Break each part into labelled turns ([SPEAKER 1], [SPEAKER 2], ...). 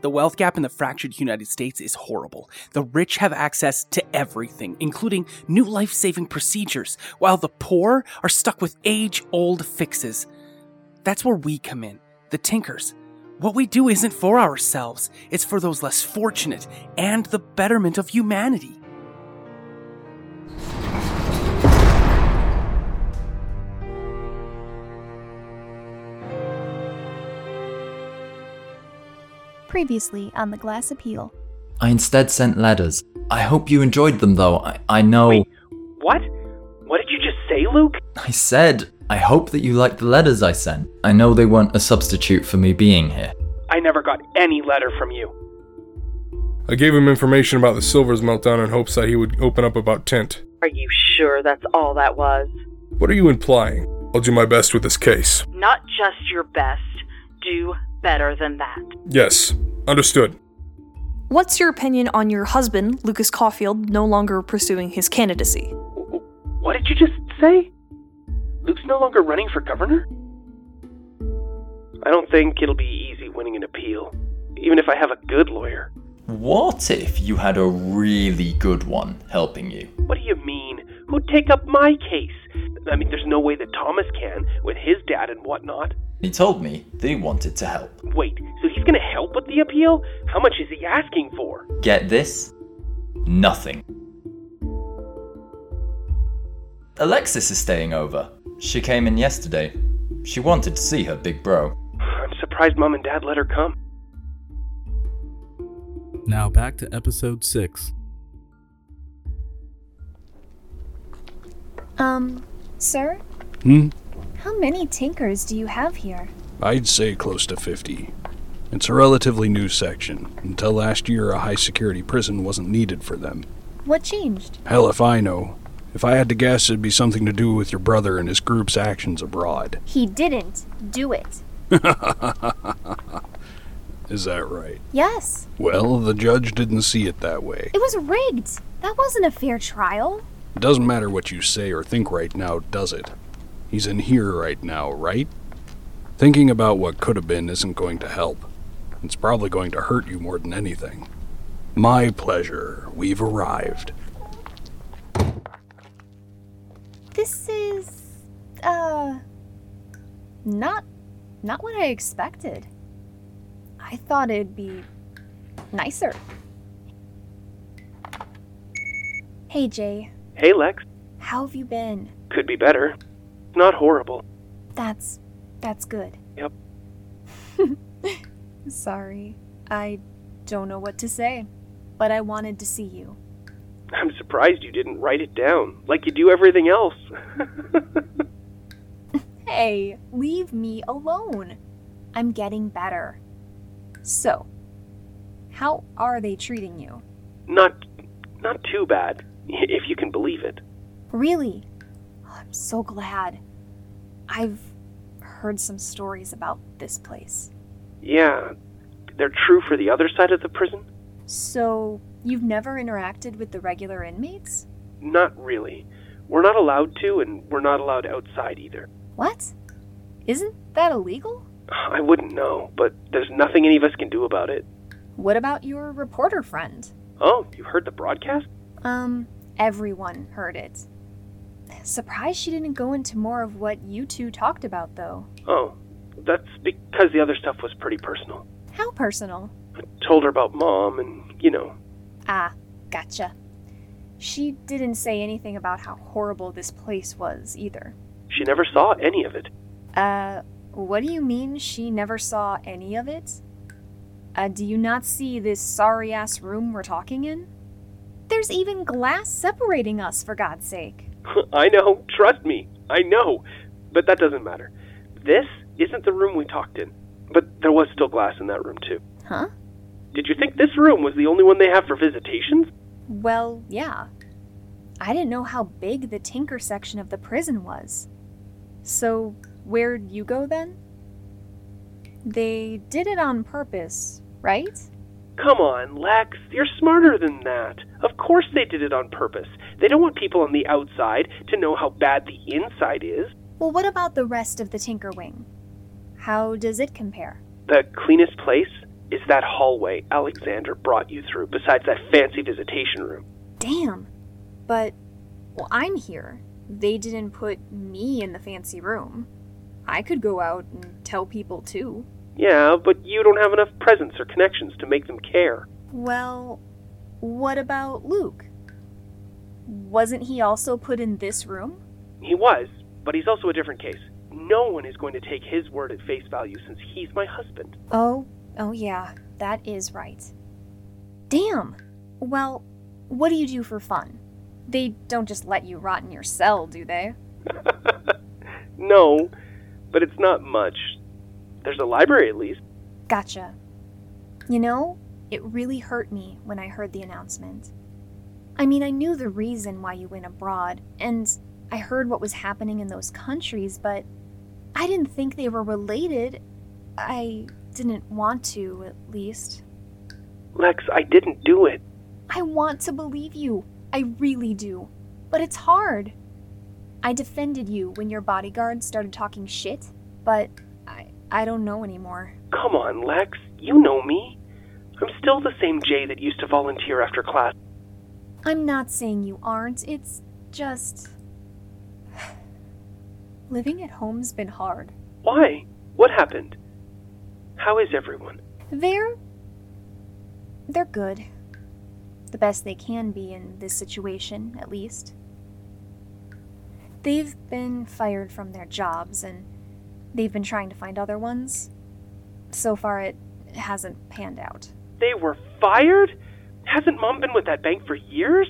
[SPEAKER 1] The wealth gap in the fractured United States is horrible. The rich have access to everything, including new life saving procedures, while the poor are stuck with age old fixes. That's where we come in, the tinkers. What we do isn't for ourselves, it's for those less fortunate and the betterment of humanity.
[SPEAKER 2] Previously on the Glass Appeal.
[SPEAKER 3] I instead sent letters. I hope you enjoyed them, though. I, I know.
[SPEAKER 4] Wait, what? What did you just say, Luke?
[SPEAKER 3] I said, I hope that you liked the letters I sent. I know they weren't a substitute for me being here.
[SPEAKER 4] I never got any letter from you.
[SPEAKER 5] I gave him information about the Silver's meltdown in hopes that he would open up about Tint.
[SPEAKER 6] Are you sure that's all that was?
[SPEAKER 5] What are you implying? I'll do my best with this case.
[SPEAKER 6] Not just your best. Do better than that.
[SPEAKER 5] Yes, understood.
[SPEAKER 7] What's your opinion on your husband, Lucas Caulfield, no longer pursuing his candidacy?
[SPEAKER 4] W- What did you just say? Luke's no longer running for governor? I don't think it'll be easy winning an appeal, even if I have a good lawyer.
[SPEAKER 3] What if you had a really good one helping you?
[SPEAKER 4] What do you mean? Who'd take up my case? I mean, there's no way that Thomas can, with his dad and whatnot.
[SPEAKER 3] He told me that he wanted to help.
[SPEAKER 4] Wait, so he's gonna help with the appeal? How much is he asking for?
[SPEAKER 3] Get this? Nothing. Alexis is staying over. She came in yesterday. She wanted to see her big bro.
[SPEAKER 4] I'm surprised mom and dad let her come.
[SPEAKER 8] Now back to episode 6.
[SPEAKER 2] Um, sir,
[SPEAKER 9] Hmm?
[SPEAKER 2] how many tinkers do you have here?
[SPEAKER 9] I'd say close to 50. It's a relatively new section. Until last year, a high security prison wasn't needed for them.
[SPEAKER 2] What changed?
[SPEAKER 9] Hell if I know. If I had to guess, it'd be something to do with your brother and his group's actions abroad.
[SPEAKER 2] He didn't do it.
[SPEAKER 9] Is that right?
[SPEAKER 2] Yes,
[SPEAKER 9] Well, the judge didn't see it that way.
[SPEAKER 2] it was rigged. That wasn't a fair trial.
[SPEAKER 9] It doesn't matter what you say or think right now, does it? He's in here right now, right? Thinking about what could have been isn't going to help. It's probably going to hurt you more than anything. My pleasure, we've arrived.
[SPEAKER 2] This is uh not not what I expected. I thought it'd be nicer. Hey Jay,
[SPEAKER 4] Hey, Lex.
[SPEAKER 2] how have you been?
[SPEAKER 4] Could be better. Not horrible.
[SPEAKER 2] That's that's good.
[SPEAKER 4] Yep.
[SPEAKER 2] Sorry. I don't know what to say, but I wanted to see you.
[SPEAKER 4] I'm surprised you didn't write it down, like you do everything else.
[SPEAKER 2] Hey, leave me alone. I'm getting better. So, how are they treating you?
[SPEAKER 4] not, not too bad, if you can believe it.
[SPEAKER 2] Really? Oh, I'm so glad. I've heard some stories about this place.
[SPEAKER 4] Yeah, they're true for the other side of the prison?
[SPEAKER 2] So, you've never interacted with the regular inmates?
[SPEAKER 4] Not really. We're not allowed to, and we're not allowed outside either.
[SPEAKER 2] What? Isn't that illegal?
[SPEAKER 4] I wouldn't know, but there's nothing any of us can do about it.
[SPEAKER 2] What about your reporter friend?
[SPEAKER 4] Oh, you heard the broadcast?
[SPEAKER 2] Um, everyone heard it. Surprised she didn't go into more of what you two talked about, though.
[SPEAKER 4] Oh, that's because the other stuff was pretty personal.
[SPEAKER 2] How personal.
[SPEAKER 4] I told her about mom, and, you know,
[SPEAKER 2] Ah, gotcha. She didn't say anything about how horrible this place was either.
[SPEAKER 4] she never saw any of it.
[SPEAKER 2] Uh, what do you mean she never saw any of it? Uh, do you not see this sorry ass room we're talking in? There's even glass separating us, for God's sake.
[SPEAKER 4] I know, trust me, I know. But that doesn't matter. This isn't the room we talked in, but there was still glass in that room, too.
[SPEAKER 2] Huh?
[SPEAKER 4] Did you think this room was the only one they have for visitations?
[SPEAKER 2] Well, yeah. I didn't know how big the Tinker section of the prison was. So, where'd you go then? They did it on purpose, right?
[SPEAKER 4] Come on, Lex, you're smarter than that. Of course they did it on purpose. They don't want people on the outside to know how bad the inside is.
[SPEAKER 2] Well, what about the rest of the Tinker Wing? How does it compare?
[SPEAKER 4] The cleanest place is that hallway Alexander brought you through, besides that fancy visitation room.
[SPEAKER 2] Damn. But, well, I'm here. They didn't put me in the fancy room. I could go out and tell people too.
[SPEAKER 4] Yeah, but you don't have enough presence or connections to make them care.
[SPEAKER 2] Well, what about Luke? Wasn't he also put in this room?
[SPEAKER 4] He was, but he's also a different case. No one is going to take his word at face value since he's my husband.
[SPEAKER 2] Oh, oh yeah, that is right. Damn! Well, what do you do for fun? They don't just let you rot in your cell, do they?
[SPEAKER 4] no, but it's not much. There's a library at least.
[SPEAKER 2] Gotcha. You know, it really hurt me when I heard the announcement. I mean, I knew the reason why you went abroad, and I heard what was happening in those countries, but I didn't think they were related. I didn't want to, at least.
[SPEAKER 4] Lex, I didn't do it.
[SPEAKER 2] I want to believe you. I really do. But it's hard. I defended you when your bodyguard started talking shit, but I, I don't know anymore.
[SPEAKER 4] Come on, Lex. You know me. I'm still the same Jay that used to volunteer after class.
[SPEAKER 2] I'm not saying you aren't. It's just. Living at home's been hard.
[SPEAKER 4] Why? What happened? How is everyone?
[SPEAKER 2] They're. They're good. The best they can be in this situation, at least. They've been fired from their jobs and they've been trying to find other ones. So far, it hasn't panned out.
[SPEAKER 4] They were fired? Hasn't Mom been with that bank for years?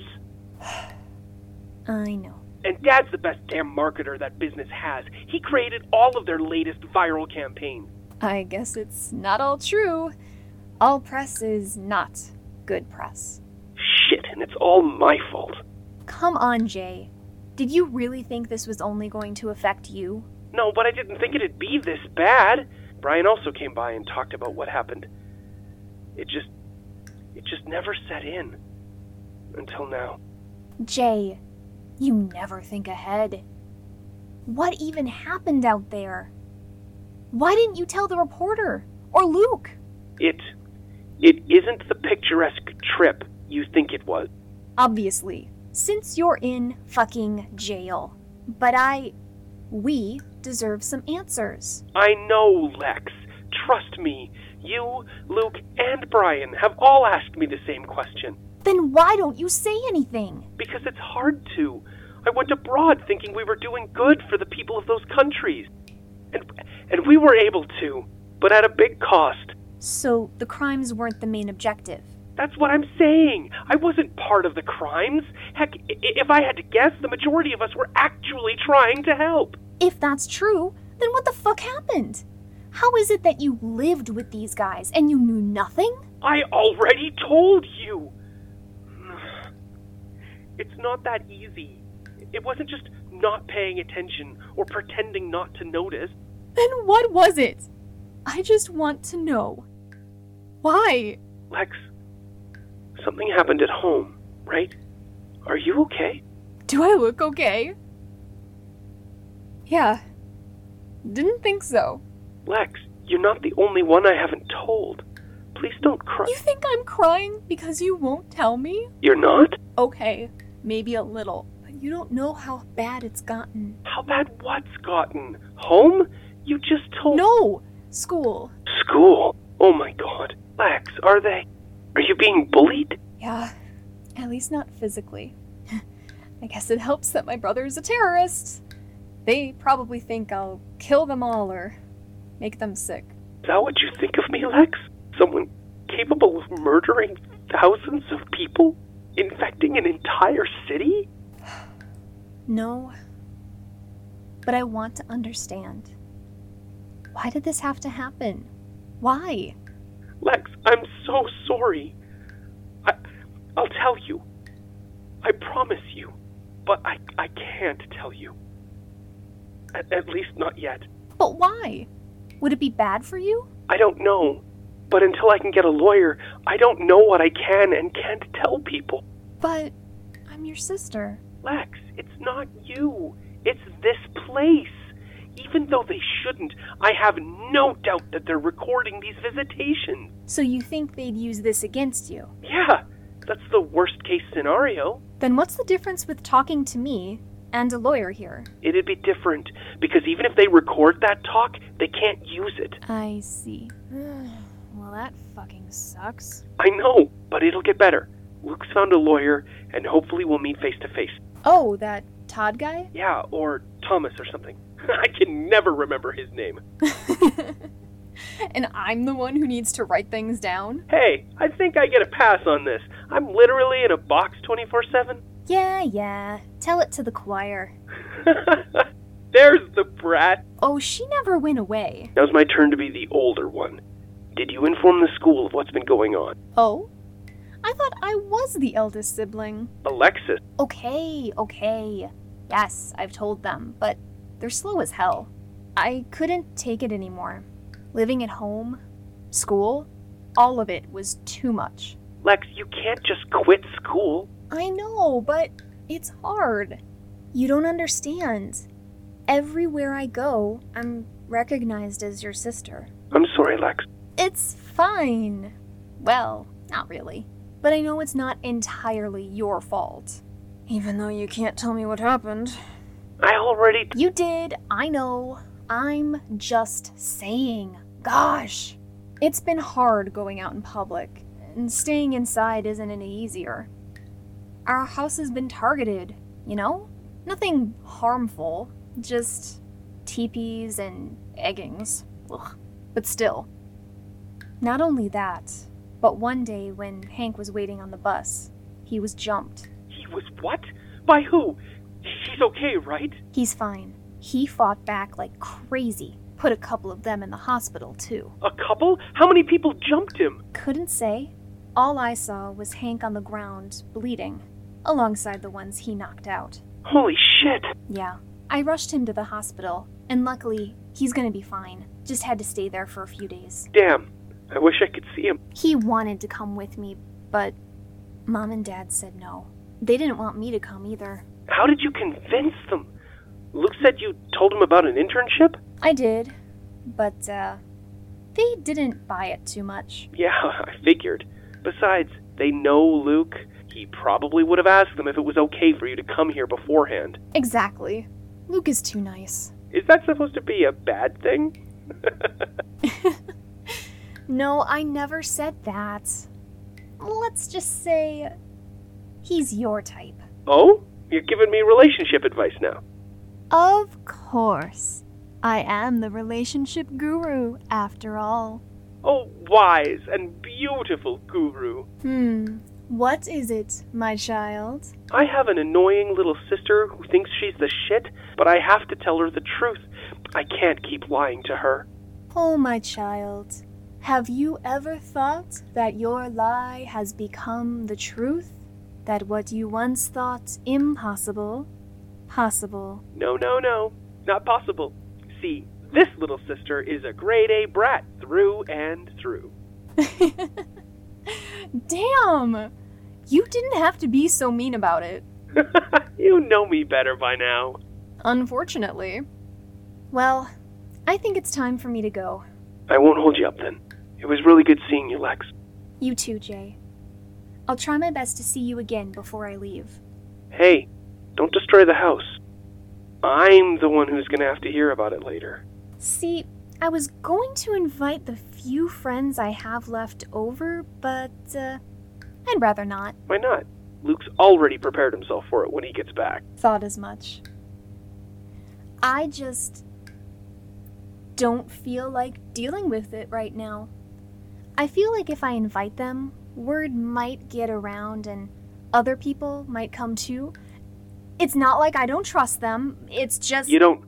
[SPEAKER 2] I know.
[SPEAKER 4] And Dad's the best damn marketer that business has. He created all of their latest viral campaigns.
[SPEAKER 2] I guess it's not all true. All press is not good press.
[SPEAKER 4] Shit, and it's all my fault.
[SPEAKER 2] Come on, Jay. Did you really think this was only going to affect you?
[SPEAKER 4] No, but I didn't think it'd be this bad. Brian also came by and talked about what happened. It just. it just never set in. Until now.
[SPEAKER 2] Jay, you never think ahead. What even happened out there? Why didn't you tell the reporter? Or Luke?
[SPEAKER 4] It. it isn't the picturesque trip you think it was.
[SPEAKER 2] Obviously, since you're in fucking jail. But I. we deserve some answers.
[SPEAKER 4] I know, Lex. Trust me. You, Luke, and Brian have all asked me the same question.
[SPEAKER 2] Then why don't you say anything?
[SPEAKER 4] Because it's hard to. I went abroad thinking we were doing good for the people of those countries. And, and we were able to, but at a big cost.
[SPEAKER 2] So the crimes weren't the main objective.
[SPEAKER 4] That's what I'm saying. I wasn't part of the crimes. Heck, i- if I had to guess, the majority of us were actually trying to help.
[SPEAKER 2] If that's true, then what the fuck happened? How is it that you lived with these guys and you knew nothing?
[SPEAKER 4] I already told you. It's not that easy. It wasn't just not paying attention or pretending not to notice.
[SPEAKER 2] Then what was it? I just want to know. Why?
[SPEAKER 4] Lex, something happened at home, right? Are you okay?
[SPEAKER 2] Do I look okay? Yeah. Didn't think so.
[SPEAKER 4] Lex, you're not the only one I haven't told. Please don't cry.
[SPEAKER 2] You think I'm crying because you won't tell me?
[SPEAKER 4] You're not?
[SPEAKER 2] Okay, maybe a little. But you don't know how bad it's gotten.
[SPEAKER 4] How bad what's gotten? Home? You just told
[SPEAKER 2] No! School.
[SPEAKER 4] School? Oh my god. Lex, are they are you being bullied?
[SPEAKER 2] Yeah, at least not physically. I guess it helps that my brother's a terrorist. They probably think I'll kill them all or make them sick.
[SPEAKER 4] Is that what you think of me, Lex? Someone capable of murdering thousands of people? Infecting an entire city?
[SPEAKER 2] No. But I want to understand. Why did this have to happen? Why?
[SPEAKER 4] Lex, I'm so sorry. I, I'll tell you. I promise you. But I, I can't tell you. At, at least not yet.
[SPEAKER 2] But why? Would it be bad for you?
[SPEAKER 4] I don't know. But until I can get a lawyer, I don't know what I can and can't tell people.
[SPEAKER 2] But I'm your sister.
[SPEAKER 4] Lex, it's not you. It's this place. Even even though they shouldn't, I have no doubt that they're recording these visitations.
[SPEAKER 2] So you think they'd use this against you?
[SPEAKER 4] Yeah, that's the worst case scenario.
[SPEAKER 2] Then what's the difference with talking to me and a lawyer here?
[SPEAKER 4] It'd be different, because even if they record that talk, they can't use it.
[SPEAKER 2] I see. well, that fucking sucks.
[SPEAKER 4] I know, but it'll get better. Luke's found a lawyer, and hopefully we'll meet face to face.
[SPEAKER 2] Oh, that Todd guy?
[SPEAKER 4] Yeah, or Thomas or something. I can never remember his name.
[SPEAKER 2] and I'm the one who needs to write things down?
[SPEAKER 4] Hey, I think I get a pass on this. I'm literally in a box 24 7.
[SPEAKER 2] Yeah, yeah. Tell it to the choir.
[SPEAKER 4] There's the brat.
[SPEAKER 2] Oh, she never went away.
[SPEAKER 4] Now's my turn to be the older one. Did you inform the school of what's been going on?
[SPEAKER 2] Oh? I thought I was the eldest sibling.
[SPEAKER 4] Alexis,
[SPEAKER 2] Okay, okay. Yes, I've told them, but they're slow as hell. I couldn't take it anymore. Living at home, school, all of it was too much.
[SPEAKER 4] Lex, you can't just quit school.
[SPEAKER 2] I know, but it's hard. You don't understand. Everywhere I go, I'm recognized as your sister.
[SPEAKER 4] I'm sorry, Lex.
[SPEAKER 2] It's fine. Well, not really. But I know it's not entirely your fault. Even though you can't tell me what happened.
[SPEAKER 4] I already.
[SPEAKER 2] You did, I know. I'm just saying. Gosh. It's been hard going out in public, and staying inside isn't any easier. Our house has been targeted, you know? Nothing harmful, just teepees and eggings. Ugh. But still. Not only that, but one day when Hank was waiting on the bus, he was jumped.
[SPEAKER 4] He was what? By who? He's okay, right?
[SPEAKER 2] He's fine. He fought back like crazy. Put a couple of them in the hospital, too.
[SPEAKER 4] A couple? How many people jumped him?
[SPEAKER 2] Couldn't say. All I saw was Hank on the ground, bleeding, alongside the ones he knocked out.
[SPEAKER 4] Holy shit.
[SPEAKER 2] Yeah. I rushed him to the hospital, and luckily, he's gonna be fine. Just had to stay there for a few days.
[SPEAKER 4] Damn. I wish I could see him.
[SPEAKER 2] He wanted to come with me, but Mom and Dad said no. They didn't want me to come either.
[SPEAKER 4] How did you convince them? Luke said you told him about an internship?
[SPEAKER 2] I did, but, uh, they didn't buy it too much.
[SPEAKER 4] Yeah, I figured. Besides, they know Luke. He probably would have asked them if it was okay for you to come here beforehand.
[SPEAKER 2] Exactly. Luke is too nice.
[SPEAKER 4] Is that supposed to be a bad thing?
[SPEAKER 2] No, I never said that. Let's just say he's your type.
[SPEAKER 4] Oh? You're giving me relationship advice now.
[SPEAKER 10] Of course. I am the relationship guru, after all.
[SPEAKER 4] Oh, wise and beautiful guru.
[SPEAKER 10] Hmm, what is it, my child?
[SPEAKER 4] I have an annoying little sister who thinks she's the shit, but I have to tell her the truth. I can't keep lying to her.
[SPEAKER 10] Oh, my child, have you ever thought that your lie has become the truth? That what you once thought impossible, possible?
[SPEAKER 4] No, no, no. Not possible. See, this little sister is a grade A brat through and through.
[SPEAKER 2] Damn! You didn't have to be so mean about it.
[SPEAKER 4] you know me better by now.
[SPEAKER 2] Unfortunately. Well, I think it's time for me to go.
[SPEAKER 4] I won't hold you up then. It was really good seeing you, Lex.
[SPEAKER 2] You too, Jay. I'll try my best to see you again before I leave.
[SPEAKER 4] Hey, don't destroy the house. I'm the one who's gonna have to hear about it later.
[SPEAKER 2] See, I was going to invite the few friends I have left over, but uh, I'd rather not.
[SPEAKER 4] Why not? Luke's already prepared himself for it when he gets back.
[SPEAKER 2] Thought as much. I just don't feel like dealing with it right now. I feel like if I invite them, word might get around and other people might come too. It's not like I don't trust them. It's just
[SPEAKER 4] You don't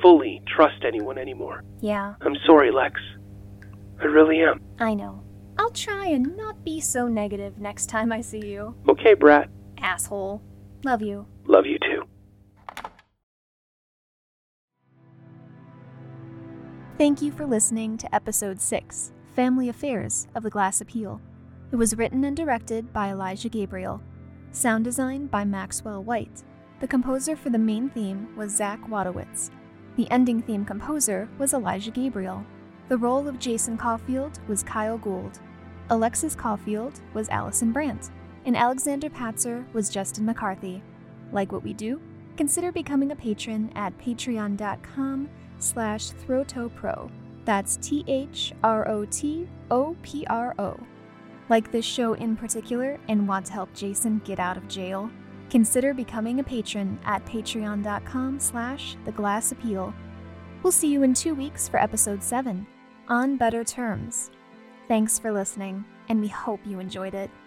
[SPEAKER 4] fully trust anyone anymore.
[SPEAKER 2] Yeah,
[SPEAKER 4] I'm sorry, Lex. I really am.
[SPEAKER 2] I know. I'll try and not be so negative next time I see you.
[SPEAKER 4] Okay, brat.
[SPEAKER 2] Asshole. Love you.
[SPEAKER 4] Love you too.
[SPEAKER 10] Thank you for listening to episode 6, Family Affairs of the Glass Appeal. It was written and directed by Elijah Gabriel. Sound design by Maxwell White. The composer for the main theme was Zach Wadowitz.
[SPEAKER 2] The ending theme composer was Elijah Gabriel. The role of Jason Caulfield was Kyle Gould. Alexis Caulfield was Allison Brandt. And Alexander Patzer was Justin McCarthy. Like what we do? Consider becoming a patron at patreon.com slash throtopro. That's T-H-R-O-T-O-P-R-O. Like this show in particular and want to help Jason get out of jail? Consider becoming a patron at patreon.com slash the glass appeal. We'll see you in two weeks for episode 7, On Better Terms. Thanks for listening, and we hope you enjoyed it.